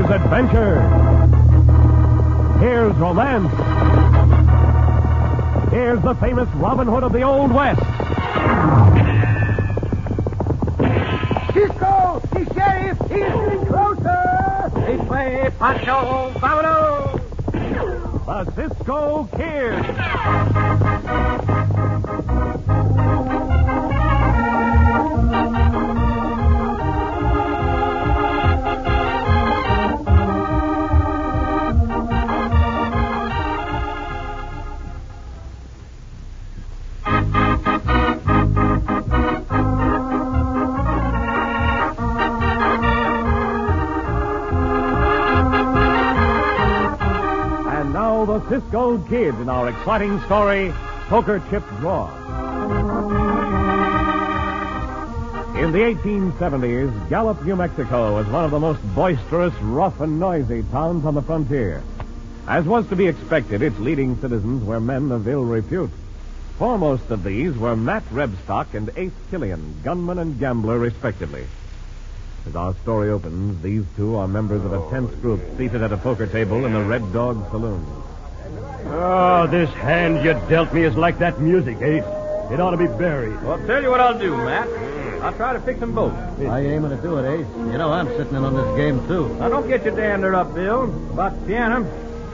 adventure. Here's romance. Here's the famous Robin Hood of the Old West. Cisco! The sheriff! He's getting closer! This way, Pancho! Vámonos! The Cisco Kid. And now the Cisco Kid in our exciting story, Poker Chip Draw. In the 1870s, Gallup, New Mexico was one of the most boisterous, rough, and noisy towns on the frontier. As was to be expected, its leading citizens were men of ill repute. Foremost of these were Matt Rebstock and Ace Killian, gunman and gambler, respectively. As our story opens, these two are members of a tense group seated at a poker table in the Red Dog Saloon. Oh, this hand you dealt me is like that music, Ace. It ought to be buried. Well, I'll tell you what I'll do, Matt. I'll try to fix them both. How you aiming to do it, Ace? You know I'm sitting in on this game, too. Now, don't get your dander up, Bill, about the piano.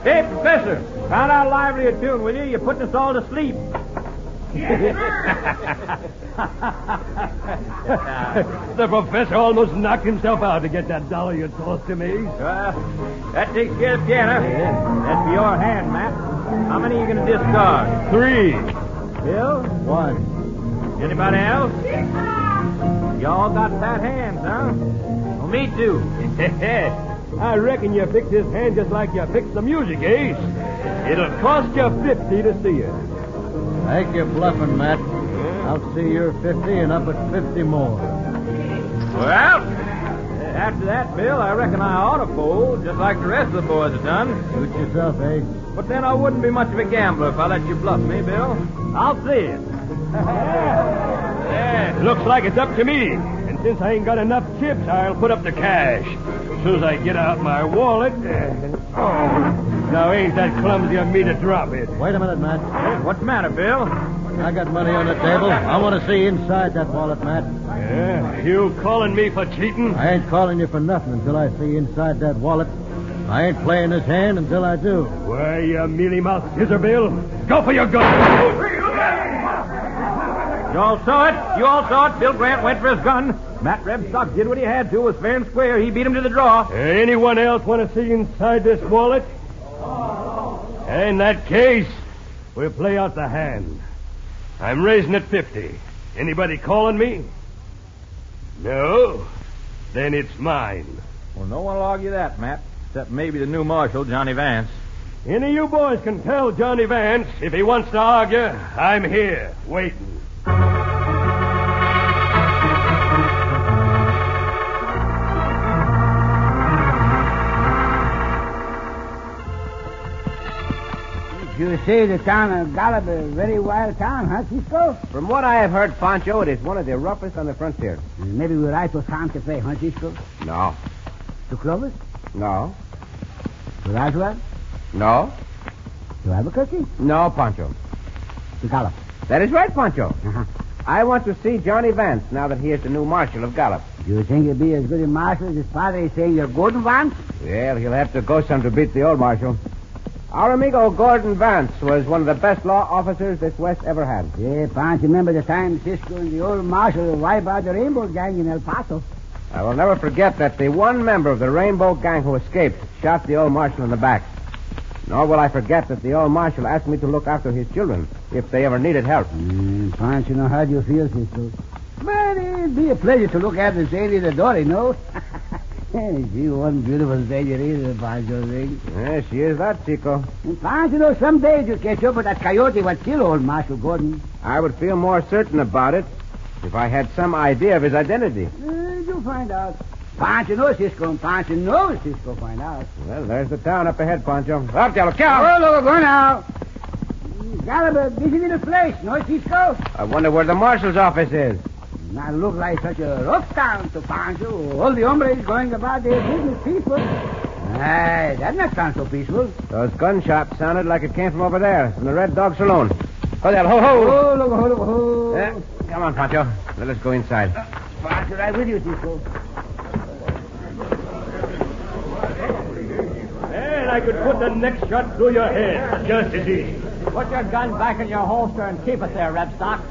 Hey, Professor, find out lively a tune, will you? You're putting us all to sleep. The professor almost knocked himself out to get that dollar you tossed him, eh? Ace. Uh, that takes care of the piano. That's for your hand, Matt. How many are you going to discard? Three. Bill? One. Anybody else? Y'all got fat hands, huh? Well, me too. I reckon you fixed his hand just like you fixed the music, eh? Ace. It'll cost you 50 to see it. I think you're bluffing, Matt. I'll see you're 50 and up at 50 more. Well, after that, Bill, I reckon I ought to fold, just like the rest of the boys have done. Shoot yourself, eh? Ace. But then I wouldn't be much of a gambler if I let you bluff me, Bill. I'll see it. yeah. Looks like it's up to me. And since I ain't got enough chips, I'll put up the cash. As soon as I get out my wallet. Uh, oh, now ain't that clumsy of me to drop it? Wait a minute, Matt. Hey, What's the matter, Bill? I got money on the table. I want to see inside that wallet, Matt. Yeah, you calling me for cheating? I ain't calling you for nothing until I see inside that wallet. I ain't playing this hand until I do. Why, you uh, mealy mouthed scissor bill? Go for your gun. You all saw it. You all saw it. Bill Grant went for his gun. Matt Rebstock did what he had to. It was fair and square. He beat him to the draw. Anyone else want to see inside this wallet? In that case, we'll play out the hand. I'm raising it 50. Anybody calling me? No? Then it's mine. Well, no one will argue that, Matt. Except maybe the new marshal, Johnny Vance. Any of you boys can tell Johnny Vance if he wants to argue, I'm here, waiting. You say the town of Gallup is a very wild town, huh, Cisco? From what I have heard, Pancho, it is one of the roughest on the frontier. Maybe we're right for Santa Fe, huh, Cisco? No. To Clovis? No. To Roswell? No. To Albuquerque? No, Pancho. To Gallup. That is right, Pancho. Uh-huh. I want to see Johnny Vance now that he is the new marshal of Gallup. Do you think you'll be as good a marshal as his father is saying you're good, Vance? Well, he'll have to go some to beat the old marshal. Our amigo Gordon Vance was one of the best law officers this West ever had. Yeah, Vance, remember the time Cisco and the old marshal wiped out the Rainbow Gang in El Paso? I will never forget that the one member of the Rainbow Gang who escaped shot the old marshal in the back. Nor will I forget that the old marshal asked me to look after his children if they ever needed help. Mm, Vance, you know how do you feel, Cisco? But it'd be a pleasure to look after Sadie the door, you know. Hey, she wasn't beautiful Sadie either, Vance, you think. Yes, Eh, she is that, Chico. And Vance, you know, someday you'll catch up with that coyote what killed old Marshal Gordon. I would feel more certain about it if I had some idea of his identity. Uh, you'll find out. Pancho knows Cisco, and Pancho knows Cisco find out. Well, there's the town up ahead, Pancho. Up, Gallup, Oh, look, go now. Galliver, busy little place, no, Cisco? I wonder where the marshal's office is. Now look like such a rough town to Pancho. All the hombres going about their business peaceful. Aye, that not sound so peaceful. Those gunshots sounded like it came from over there, from the Red Dog Saloon. Oh, there, ho, ho! Oh, look, look, look. Eh, come on, Pancho. Let us go inside. Sponsor, right with you, Cisco. And I could put the next shot through your head just as easy. Put your gun back in your holster and keep it there, Redstock.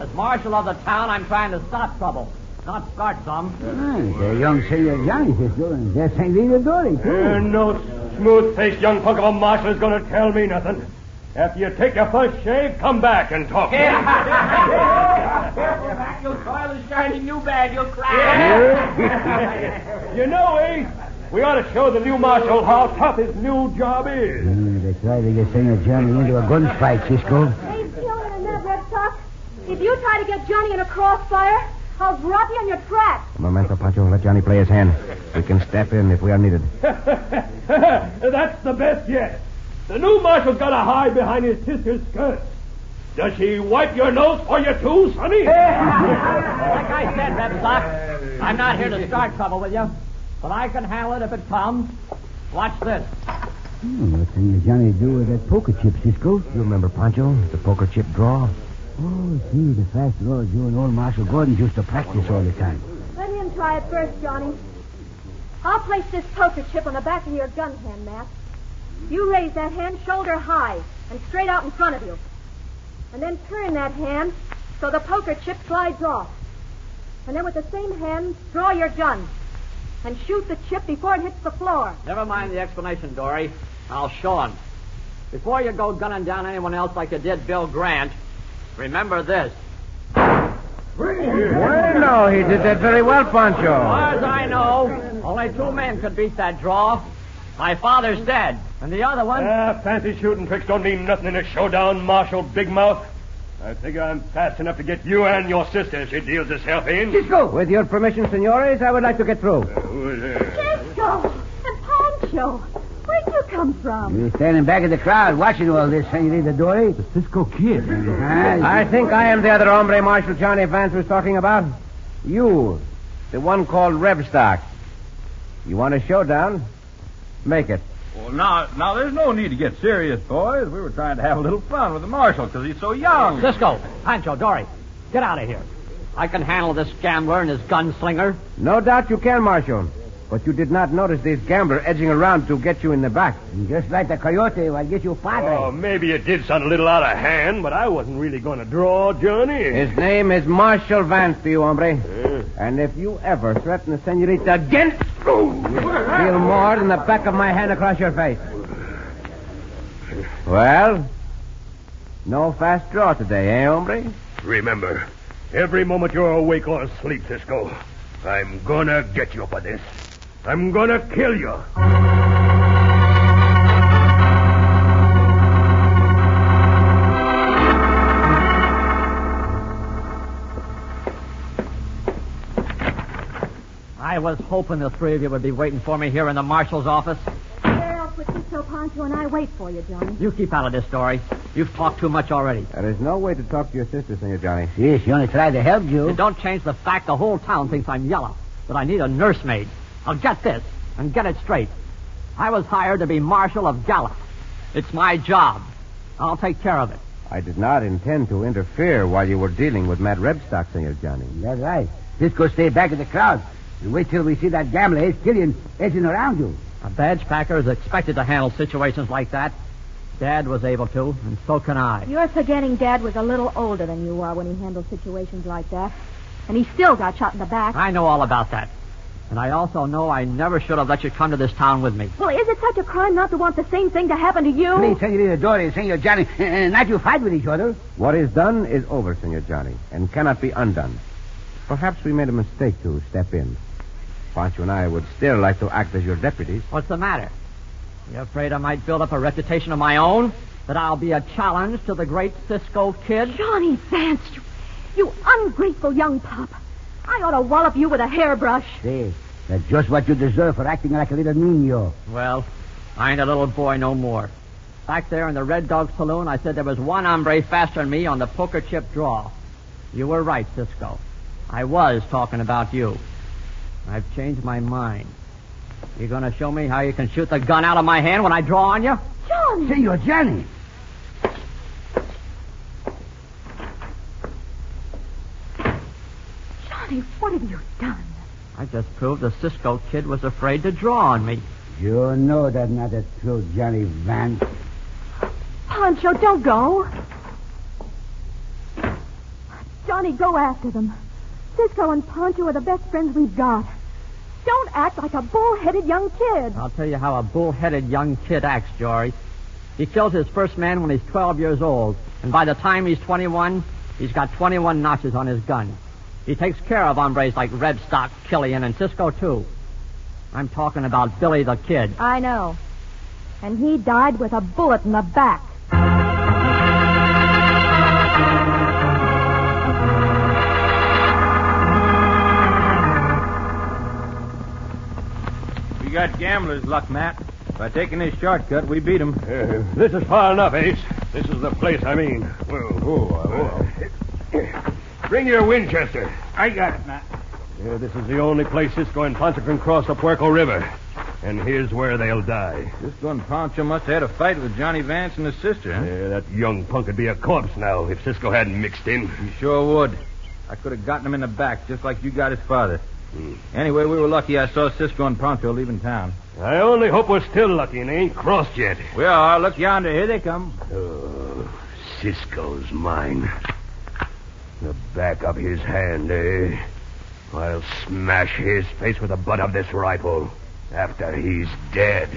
As marshal of the town, I'm trying to stop trouble, not start some. the young Senor Johnny, Cisco, and that St. Rita Dory, Uh, too. no smooth-faced young punk of a marshal is going to tell me nothing. After you take your first shave, come back and talk. You'll coil the shiny new bag, you'll cry. you know, eh? We ought to show the new marshal how tough his new job is. Mm, they tried to get Senor Johnny into a gunfight, Cisco. They've killed in a minute, Red Sox. If you try to get Johnny in a crossfire, I'll drop you in your trap. Momento, Pancho. Let Johnny play his hand. We can step in if we are needed. That's the best yet. The new marshal's got to hide behind his sister's skirt. Does she wipe your nose for you too, Sonny? Like I said, Redstock, I'm not here to start trouble with you, but I can handle it if it comes. Watch this. Hmm, what Senor Johnny do with that poker chip, Cisco? You remember, Pancho, the poker chip draw? Oh, see, the fast draws you and old Marshal Gordon used to practice all the time. Let him try it first, Johnny. I'll place this poker chip on the back of your gun hand, Matt. You raise that hand shoulder high and straight out in front of you. And then turn that hand so the poker chip slides off. And then with the same hand, draw your gun and shoot the chip before it hits the floor. Never mind the explanation, Dory. I'll show him. Before you go gunning down anyone else like you did Bill Grant, remember this. Bueno, he did that very well, Pancho. Far as I know, only two men could beat that draw. My father's dead, and the other one. Ah, fancy shooting tricks don't mean nothing in a showdown, Marshal Big Mouth. I figure I'm fast enough to get you and your sister if she deals herself in. Uh, Cisco! With your permission, senores, I would like to get through. Cisco! And Pancho! Where'd you come from? You were standing back in the crowd watching all this, Senorita Dory. The Cisco kid. I think I am the other hombre Marshal Johnny Vance was talking about. You, the one called Rebstock. You want a showdown? Make it. Well, now, now there's no need to get serious, boys. We were trying to have a little fun with the marshal because he's so young. Cisco, Pancho, Dory, get out of here. I can handle this gambler and his gunslinger. No doubt you can, Marshal. But you did not notice this gambler edging around to get you in the back. Just like the coyote, I'll get you padre. Oh, maybe it did sound a little out of hand, but I wasn't really going to draw Johnny. His name is Marshal Vance to you, hombre. And if you ever threaten the senorita again, Oh, feel more than the back of my hand across your face. Well, no fast draw today, eh, hombre? Remember, every moment you're awake or asleep, Cisco, I'm gonna get you for this. I'm gonna kill you. I was hoping the three of you would be waiting for me here in the marshal's office. Where else would Cisco, Pancho, and I wait for you, Johnny? You keep out of this, Dory. You've talked too much already. There is no way to talk to your sister, Senor Johnny. Yes, you only tried to help It you. don't change the fact the whole town thinks I'm yellow, that I need a nursemaid. Now get this and get it straight. I was hired to be Marshal of Gallup. It's my job. I'll take care of it. I did not intend to interfere while you were dealing with Matt Rebstock, Senor Johnny. That's right. Cisco stay back in the crowd and wait till we see that gambler, Ace Killian, edging around you. A badge packer is expected to handle situations like that. Dad was able to, and so can I. You're forgetting Dad was a little older than you are when he handled situations like that. And he still got shot in the back. I know all about that. And I also know I never should have let you come to this town with me. Well, is it such a crime not to want the same thing to happen to you? Please, Senorita Dory and Senor Johnny, eh, eh, not you fight with each other. What is done is over, Senor Johnny, and cannot be undone. Perhaps we made a mistake to step in. Pancho and I would still like to act as your deputies. What's the matter? You afraid I might build up a reputation of my own? That I'll be a challenge to the great Cisco kid? Johnny Vance, you, you ungrateful young pup. I ought to wallop you with a hairbrush. Say, that's just what you deserve for acting like a little niño. Well, I ain't a little boy no more. Back there in the Red Dog Saloon, I said there was one hombre faster than me on the poker chip draw. You were right, Cisco. I was talking about you. I've changed my mind. You gonna show me how you can shoot the gun out of my hand when I draw on you? Johnny! See, you're Johnny. Johnny, what have you done? I just proved the Cisco kid was afraid to draw on me. You know that's not the truth, Johnny Vance. Pancho, don't go. Johnny, go after them. Cisco and Pancho are the best friends we've got. Don't act like a bull-headed young kid. I'll tell you how a bull-headed young kid acts, Jory. He kills his first man when he's 12 years old, and by the time he's 21, he's got 21 notches on his gun. He takes care of hombres like Redstock, Killian, and Cisco, too. I'm talking about Billy the Kid. I know. And he died with a bullet in the back. We got gambler's luck, Matt. By taking this shortcut, we beat him. Uh, this is far enough, Ace. This is the place I mean. Whoa, whoa, whoa. Bring your Winchester. I got it, Matt. Yeah, this is the only place Cisco and Ponce can cross the Puerco River. And here's where they'll die. Cisco and Poncho must have had a fight with Johnny Vance and his sister, huh? Yeah, Uh, that young punk would be a corpse now if Cisco hadn't mixed in. You sure would. I could have gotten him in the back, just like you got his father. Anyway, we were lucky I saw Cisco and Poncho leaving town. I only hope we're still lucky and they ain't crossed yet. We are. Look yonder. Here they come. Oh, Cisco's mine. The back of his hand, eh? I'll smash his face with the butt of this rifle after he's dead.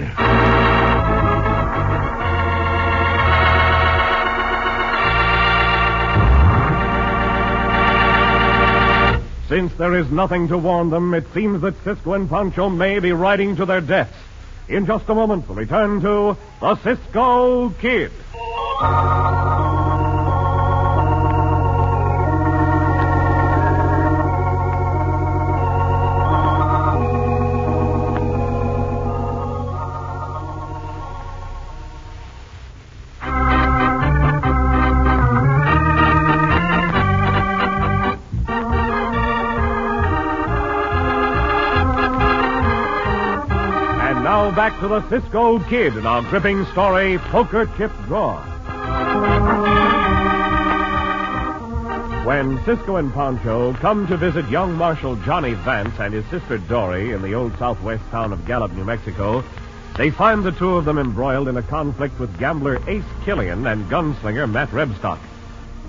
Since there is nothing to warn them, it seems that Cisco and Pancho may be riding to their deaths. In just a moment, we'll return to the Cisco Kid. And now back to the Cisco Kid and our gripping story, Poker Chip Draw. When Cisco and Poncho come to visit young Marshal Johnny Vance and his sister Dory in the old southwest town of Gallup, New Mexico, they find the two of them embroiled in a conflict with gambler Ace Killian and gunslinger Matt Rebstock.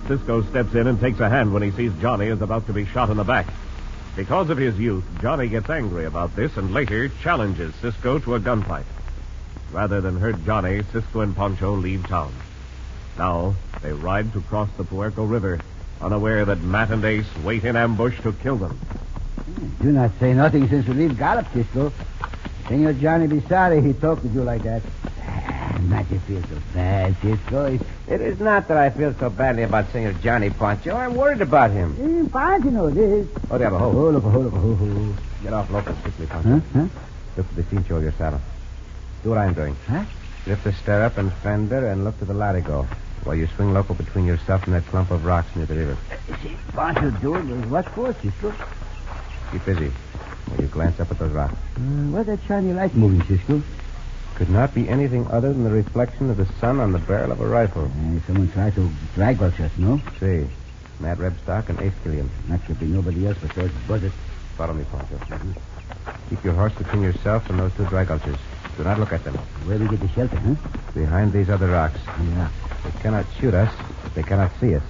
Cisco steps in and takes a hand when he sees Johnny is about to be shot in the back. Because of his youth, Johnny gets angry about this and later challenges Cisco to a gunfight. Rather than hurt Johnny, Cisco and Poncho leave town. Now, they ride to cross the Puerco River, unaware that Matt and Ace wait in ambush to kill them. Do not say nothing since we leave Gallup, Cisco. Senor Johnny be sorry he talked to you like that. Ah, Not you feel so bad, Cisco. It's It is not that I feel so badly about Senor Johnny Poncho. I'm worried about him. impossible, you know, this. Oh, they have a hole. Hold up, hold up, hold up. Get off local quickly, Poncho. Huh? Huh? Look for the cincho of your saddle. Do what I'm doing. Huh? Lift the stirrup and fender and look to the latigo while you swing local between yourself and that clump of rocks near the river. Pancho doing this. What for, Cisco? Uh, Keep busy while you glance up at those rocks. where that shiny light moving, Cisco? Could not be anything other than the reflection of the sun on the barrel of a rifle. Uh, someone tried to drag us, just no? See, Matt Rebstock and Ace Killian. Not should be nobody else but those buzzards. Follow me, Poncho. Keep your horse between yourself and those two dry gulches. Do not look at them. Where we get the shelter, huh? Behind these other rocks. Yeah. They cannot shoot us, but they cannot see us.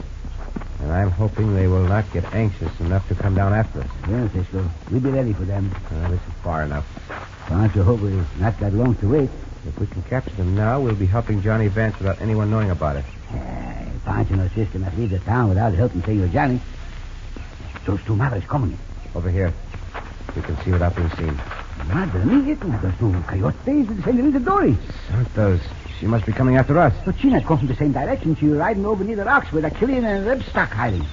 And I'm hoping they will not get anxious enough to come down after us. Well, Cisco, we'll be ready for them. Well, this is far enough. Pancho hope we've not got long to wait. If we can capture them now, we'll be helping Johnny Vance without anyone knowing about it. Uh, Pancho and her sister must leave the town without helping Senor Johnny. Those two mothers coming. Over here. We can see without being seen. Madre mía, con those two coyotes and Senorita Dory. Santos, she must be coming after us. But she not come from the same direction. She was riding over near the rocks where the Killian and Rebstock hiding.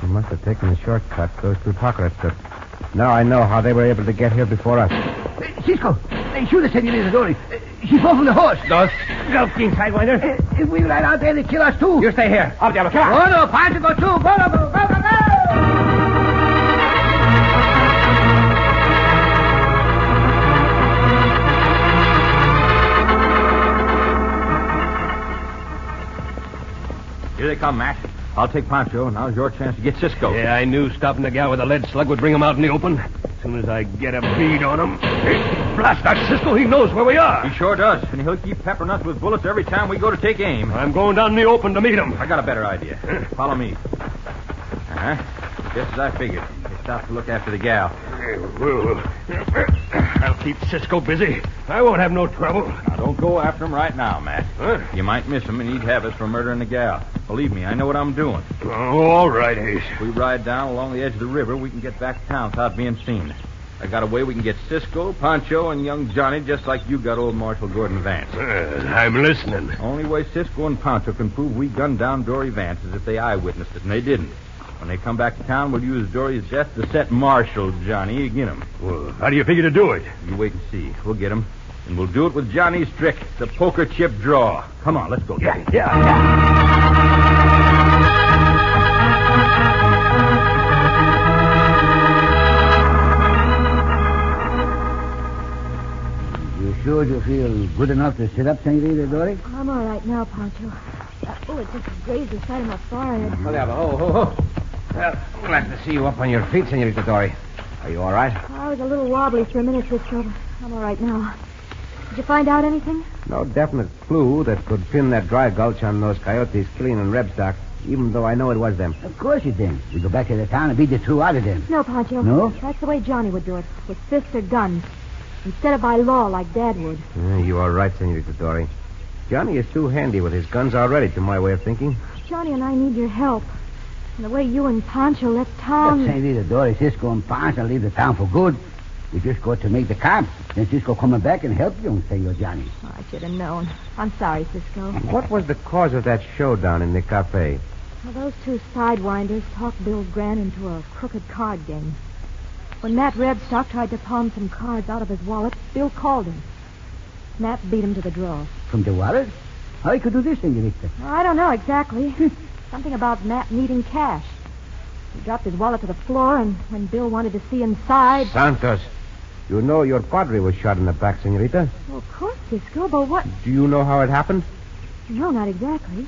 She must have taken a shortcut. Those two talkers took. Now I know how they were able to get here before us. Uh, Cisco, they shoot the Senorita Dory. Uh, she fell from the horse. Those Joking, Sidewinder. Uh, if we ride out there, they kill us, too. You stay here. Up, Diablo. Oh, no, Pancho, go, too. Go, go, go, go, go. come, Mac. I'll take Pancho. Now's your chance to get Cisco. Yeah, I knew stopping the guy with a lead slug would bring him out in the open. As soon as I get a bead on him. Hey, blast that Cisco, he knows where we He are. sure does, and he'll keep peppering us with bullets every time we go to take aim. I'm going down in the open to meet him. I got a better idea. Follow me. Uh huh. Just as I figured. He stopped to look after the gal. I'll keep Cisco busy. I won't have no trouble. Now, don't go after him right now, Matt. Huh? You might miss him, and he'd have us for murdering the gal. Believe me, I know what I'm doing. Oh, all right, Ace. If we ride down along the edge of the river, we can get back to town without being seen. I got a way we can get Cisco, Pancho, and young Johnny just like you got old Marshal Gordon Vance. Uh, I'm listening. Only way Cisco and Pancho can prove we gunned down Dory Vance is if they eyewitnessed it, and they didn't. When they come back to town, we'll use Dory's death to set Marshal Johnny against him. Well, how do you figure to do it? You wait and see. We'll get him. And we'll do it with Johnny's trick, the poker chip draw. Come on, let's go. Yeah, You sure you feel good enough to sit up, Senorita Dory? I'm all right now, Pancho. That bullet just grazed the side of my forehead. ho, ho, ho. Well, glad to see you up on your feet, Senorita Dory. Are you all right? I was a little wobbly for a minute, Cisco. but I'm all right now. Did you find out anything? No definite clue that could pin that dry gulch on those coyotes killing in Rebstock, even though I know it was them. Of course you did. We go back to the town and beat the two out of them. No, Pancho. No? That's the way Johnny would do it, with fists or guns, instead of by law like Dad would. Uh, you are right, Senorita Dory. Johnny is too handy with his guns already, to my way of thinking. Johnny and I need your help. And the way you and Pancho left Um... town. Senorita Dory, Cisco and Ponce leave the town for good. We just got to make the cops. Then Cisco coming back and help you and say you're Johnny. I should have known. I'm sorry, Cisco. What was the cause of that showdown in the cafe? Well, those two sidewinders talked Bill Grant into a crooked card game. When Matt Redstock tried to palm some cards out of his wallet, Bill called him. Matt beat him to the draw. From the wallet? How you could do this, Senorita? I don't know exactly. Something about Matt needing cash. He dropped his wallet to the floor, and when Bill wanted to see inside. Santos, you know your padre was shot in the back, Senorita. Well, of course, Cisco, but what? Do you know how it happened? No, not exactly.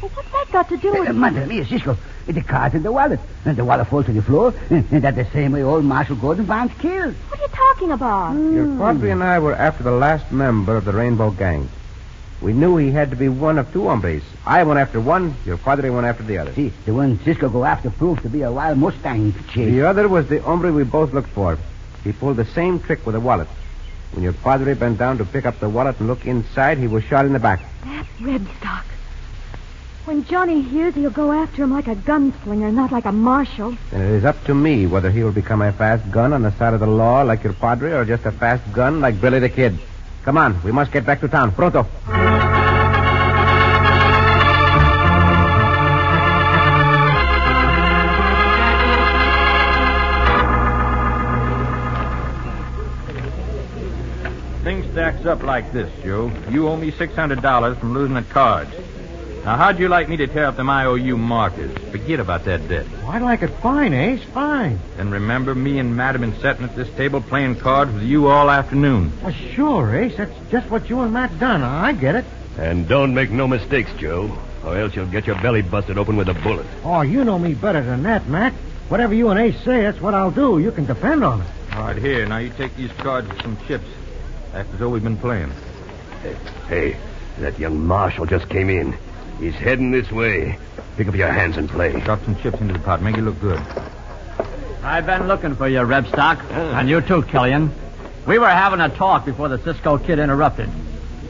Well, what's that got to do with. Uh, Madre mia, Cisco. The cards in the wallet. And the wallet falls to the floor. And, and that's the same way old Marshal Gordon Vance killed. What are you talking about? Your padre and I were after the last member of the Rainbow Gang. We knew he had to be one of two hombres. I went after one, your padre went after the other. See, the one Cisco go after proved to be a wild Mustang chase. The other was the hombre we both looked for. He pulled the same trick with a wallet. When your padre bent down to pick up the wallet and look inside, he was shot in the back. That Redstock. When Johnny hears, he'll go after him like a gunslinger, not like a marshal. And it is up to me whether he will become a fast gun on the side of the law like your padre or just a fast gun like Billy the Kid. Come on, we must get back to town. Pronto. Thing stacks up like this, Joe. You owe me $600 from losing at cards. Now, how'd you like me to tear up them IOU markers? Forget about that debt. I like it fine, Ace. Fine. And remember, me and Matt have been sitting at this table playing cards with you all afternoon. Well, sure, Ace. That's just what you and Matt done. I get it. And don't make no mistakes, Joe, or else you'll get your belly busted open with a bullet. Oh, you know me better than that, Matt. Whatever you and Ace say, that's what I'll do. You can depend on it. All right, here. Now, you take these cards with some chips. Act as though we've been playing. Hey, that young marshal just came in. He's heading this way. Pick up your hands and play. Drop some chips into the pot. Make it look good. I've been looking for you, Rebstock. And you too, Killian. We were having a talk before the Cisco kid interrupted.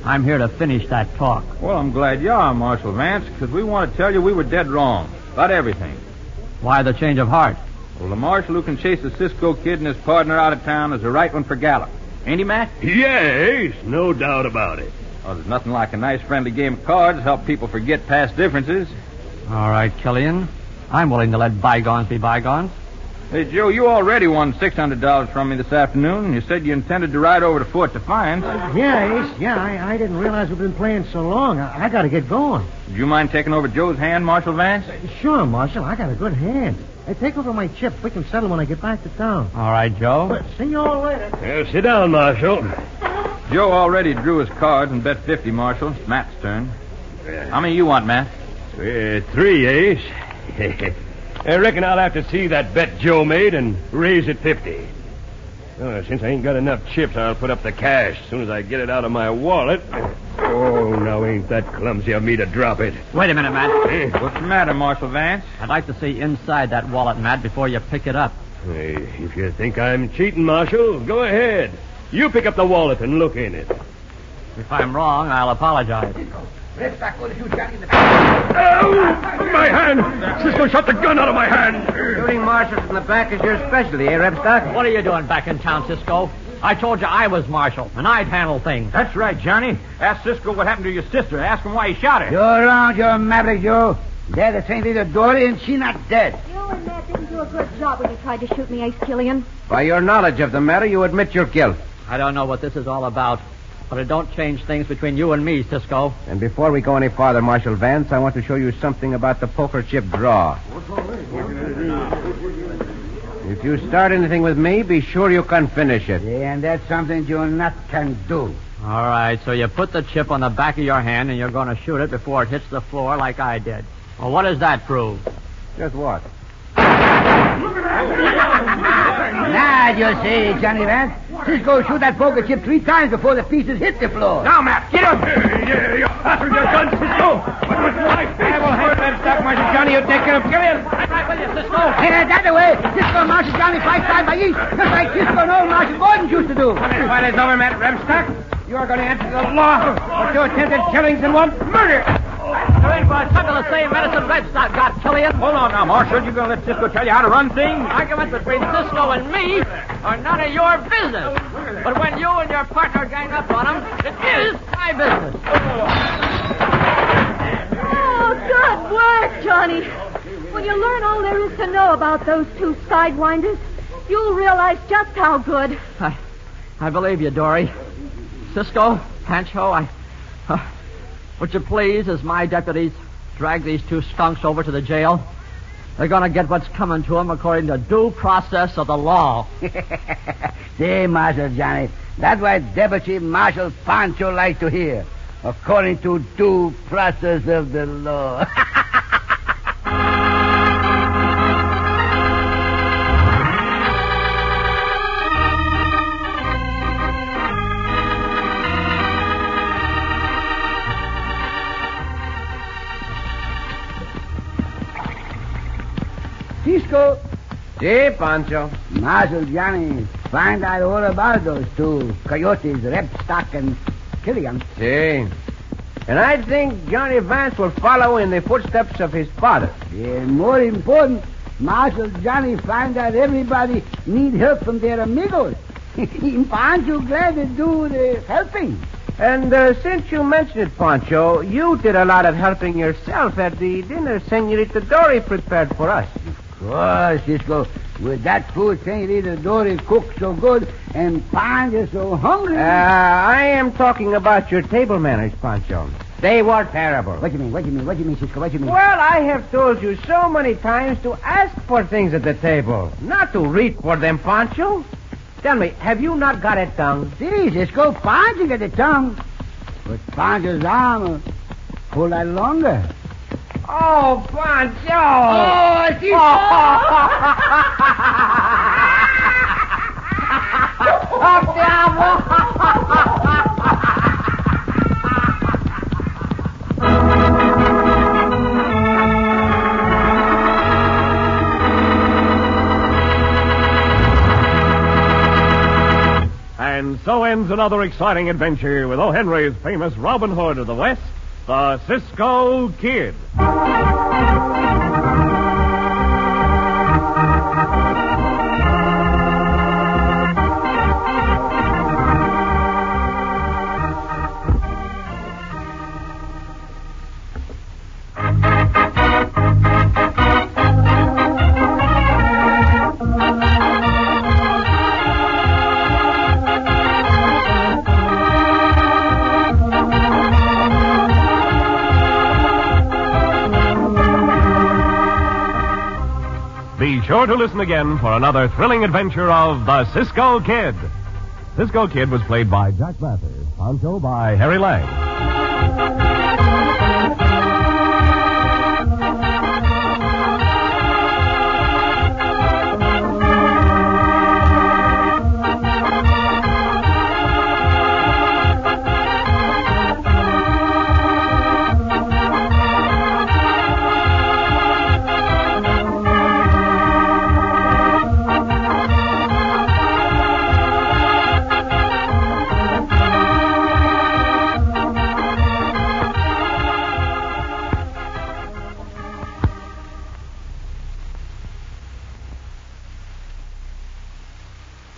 I'm here to finish that talk. Well, I'm glad you are, Marshal Vance, because we want to tell you we were dead wrong about everything. Why the change of heart? Well, the marshal who can chase the Cisco kid and his partner out of town is the right one for Gallup. Ain't he, Matt? Yes, no doubt about it. Oh, there's nothing like a nice friendly game of cards to help people forget past differences. All right, Killian. I'm willing to let bygones be bygones. Hey, Joe, you already won $600 from me this afternoon, and you said you intended to ride over to Fort Defiance. Yeah, Ace. Yeah, I, I didn't realize we've been playing so long. I, I got to get going. Do you mind taking over Joe's hand, Marshal Vance? Sure, Marshal. I got a good hand. Hey, take over my chip. We can settle when I get back to town. All right, Joe. But see you all later. Yeah, sit down, Marshal. Joe already drew his cards and bet 50, Marshal. It's Matt's turn. How many you want, Matt? Uh, three ace. I reckon I'll have to see that bet Joe made and raise it 50. Uh, since I ain't got enough chips, I'll put up the cash as soon as I get it out of my wallet. Oh, now ain't that clumsy of me to drop it. Wait a minute, Matt. Eh, What's the matter, Marshal Vance? I'd like to see inside that wallet, Matt, before you pick it up. Hey, if you think I'm cheating, Marshal, go ahead. You pick up the wallet and look in it. If I'm wrong, I'll apologize. Oh, my hand! Cisco shot the gun out of my hand. Shooting marshals from the back is your specialty, eh, Reb Stock? What are you doing back in town, Cisco? I told you I was marshal, and I'd handle things. That's right, Johnny. Ask Cisco what happened to your sister. Ask him why he shot her. You're wrong, you're a maverick, Joe. They're the same thing to Dory, and she not dead. You and Matt didn't do a good job when you tried to shoot me, Ace Killian. By your knowledge of the matter, you admit your guilt. I don't know what this is all about, but it don't change things between you and me, Cisco. And before we go any farther, Marshal Vance, I want to show you something about the poker chip draw. If you start anything with me, be sure you can finish it. Yeah, and that's something you not can do. All right, so you put the chip on the back of your hand, and you're going to shoot it before it hits the floor like I did. Well, what does that prove? Just what? Now, you see, Johnny Vance, just go shoot that poker chip three times before the pieces hit the floor. Now, Matt, get him! Yeah, yeah, after your gun, Cisco! But with my face! I will hang that stock, Marshal Johnny. You take care of Killian. Hey, that the way. Cisco Marshal Johnny fight side by east, just like Cisco and old Marshal Gordon used to do. The fight is over, Matt Remstock. You are going to answer the law for two attempted killings and one murder. You're in for a tuck of the same medicine Redstock got, Killian. Oh, Hold on now, Marshal. You gonna let Cisco tell you how to run things? Arguments between Cisco and me are none of your business. But when you and your partner gang up on him, it is my business. Oh, good work, Johnny. When you learn all there is to know about those two sidewinders, you'll realize just how good. I, I believe you, Dory. Cisco, Pancho, I. Uh, would you please, as my deputies, drag these two skunks over to the jail? They're going to get what's coming to them according to due process of the law. See, Marshal Johnny, that's what Deputy Marshal Pancho likes to hear. According to due process of the law. Cisco, See, Pancho. Marshal Johnny, find out all about those two coyotes, Repstock and Killian. See. And I think Johnny Vance will follow in the footsteps of his father. And more important, Marshal Johnny find out everybody need help from their amigos. Aren't you glad to do the helping? And uh, since you mentioned it, Pancho, you did a lot of helping yourself at the dinner Senorita Dory prepared for us. Of course, Cisco. With that food, Senorita Dory cooked so good and Pancho so hungry. Uh, I am talking about your table manners, Pancho. They were terrible. what do you mean? What do you mean? What do you mean, Cisco? What do you mean? Well, I have told you so many times to ask for things at the table, not to reach for them, Pancho. Tell me, have you not got a tongue? See, Cisco, Pancho got the tongue. But Pancho's arm pull that longer. Oh, Pancho! Oh, Cisco! And so ends another exciting adventure with O. Henry's famous Robin Hood of the West, the Cisco Kid. Be sure to listen again for another thrilling adventure of the Cisco Kid. Cisco Kid was played by Jack Mather, Poncho by Harry Lang.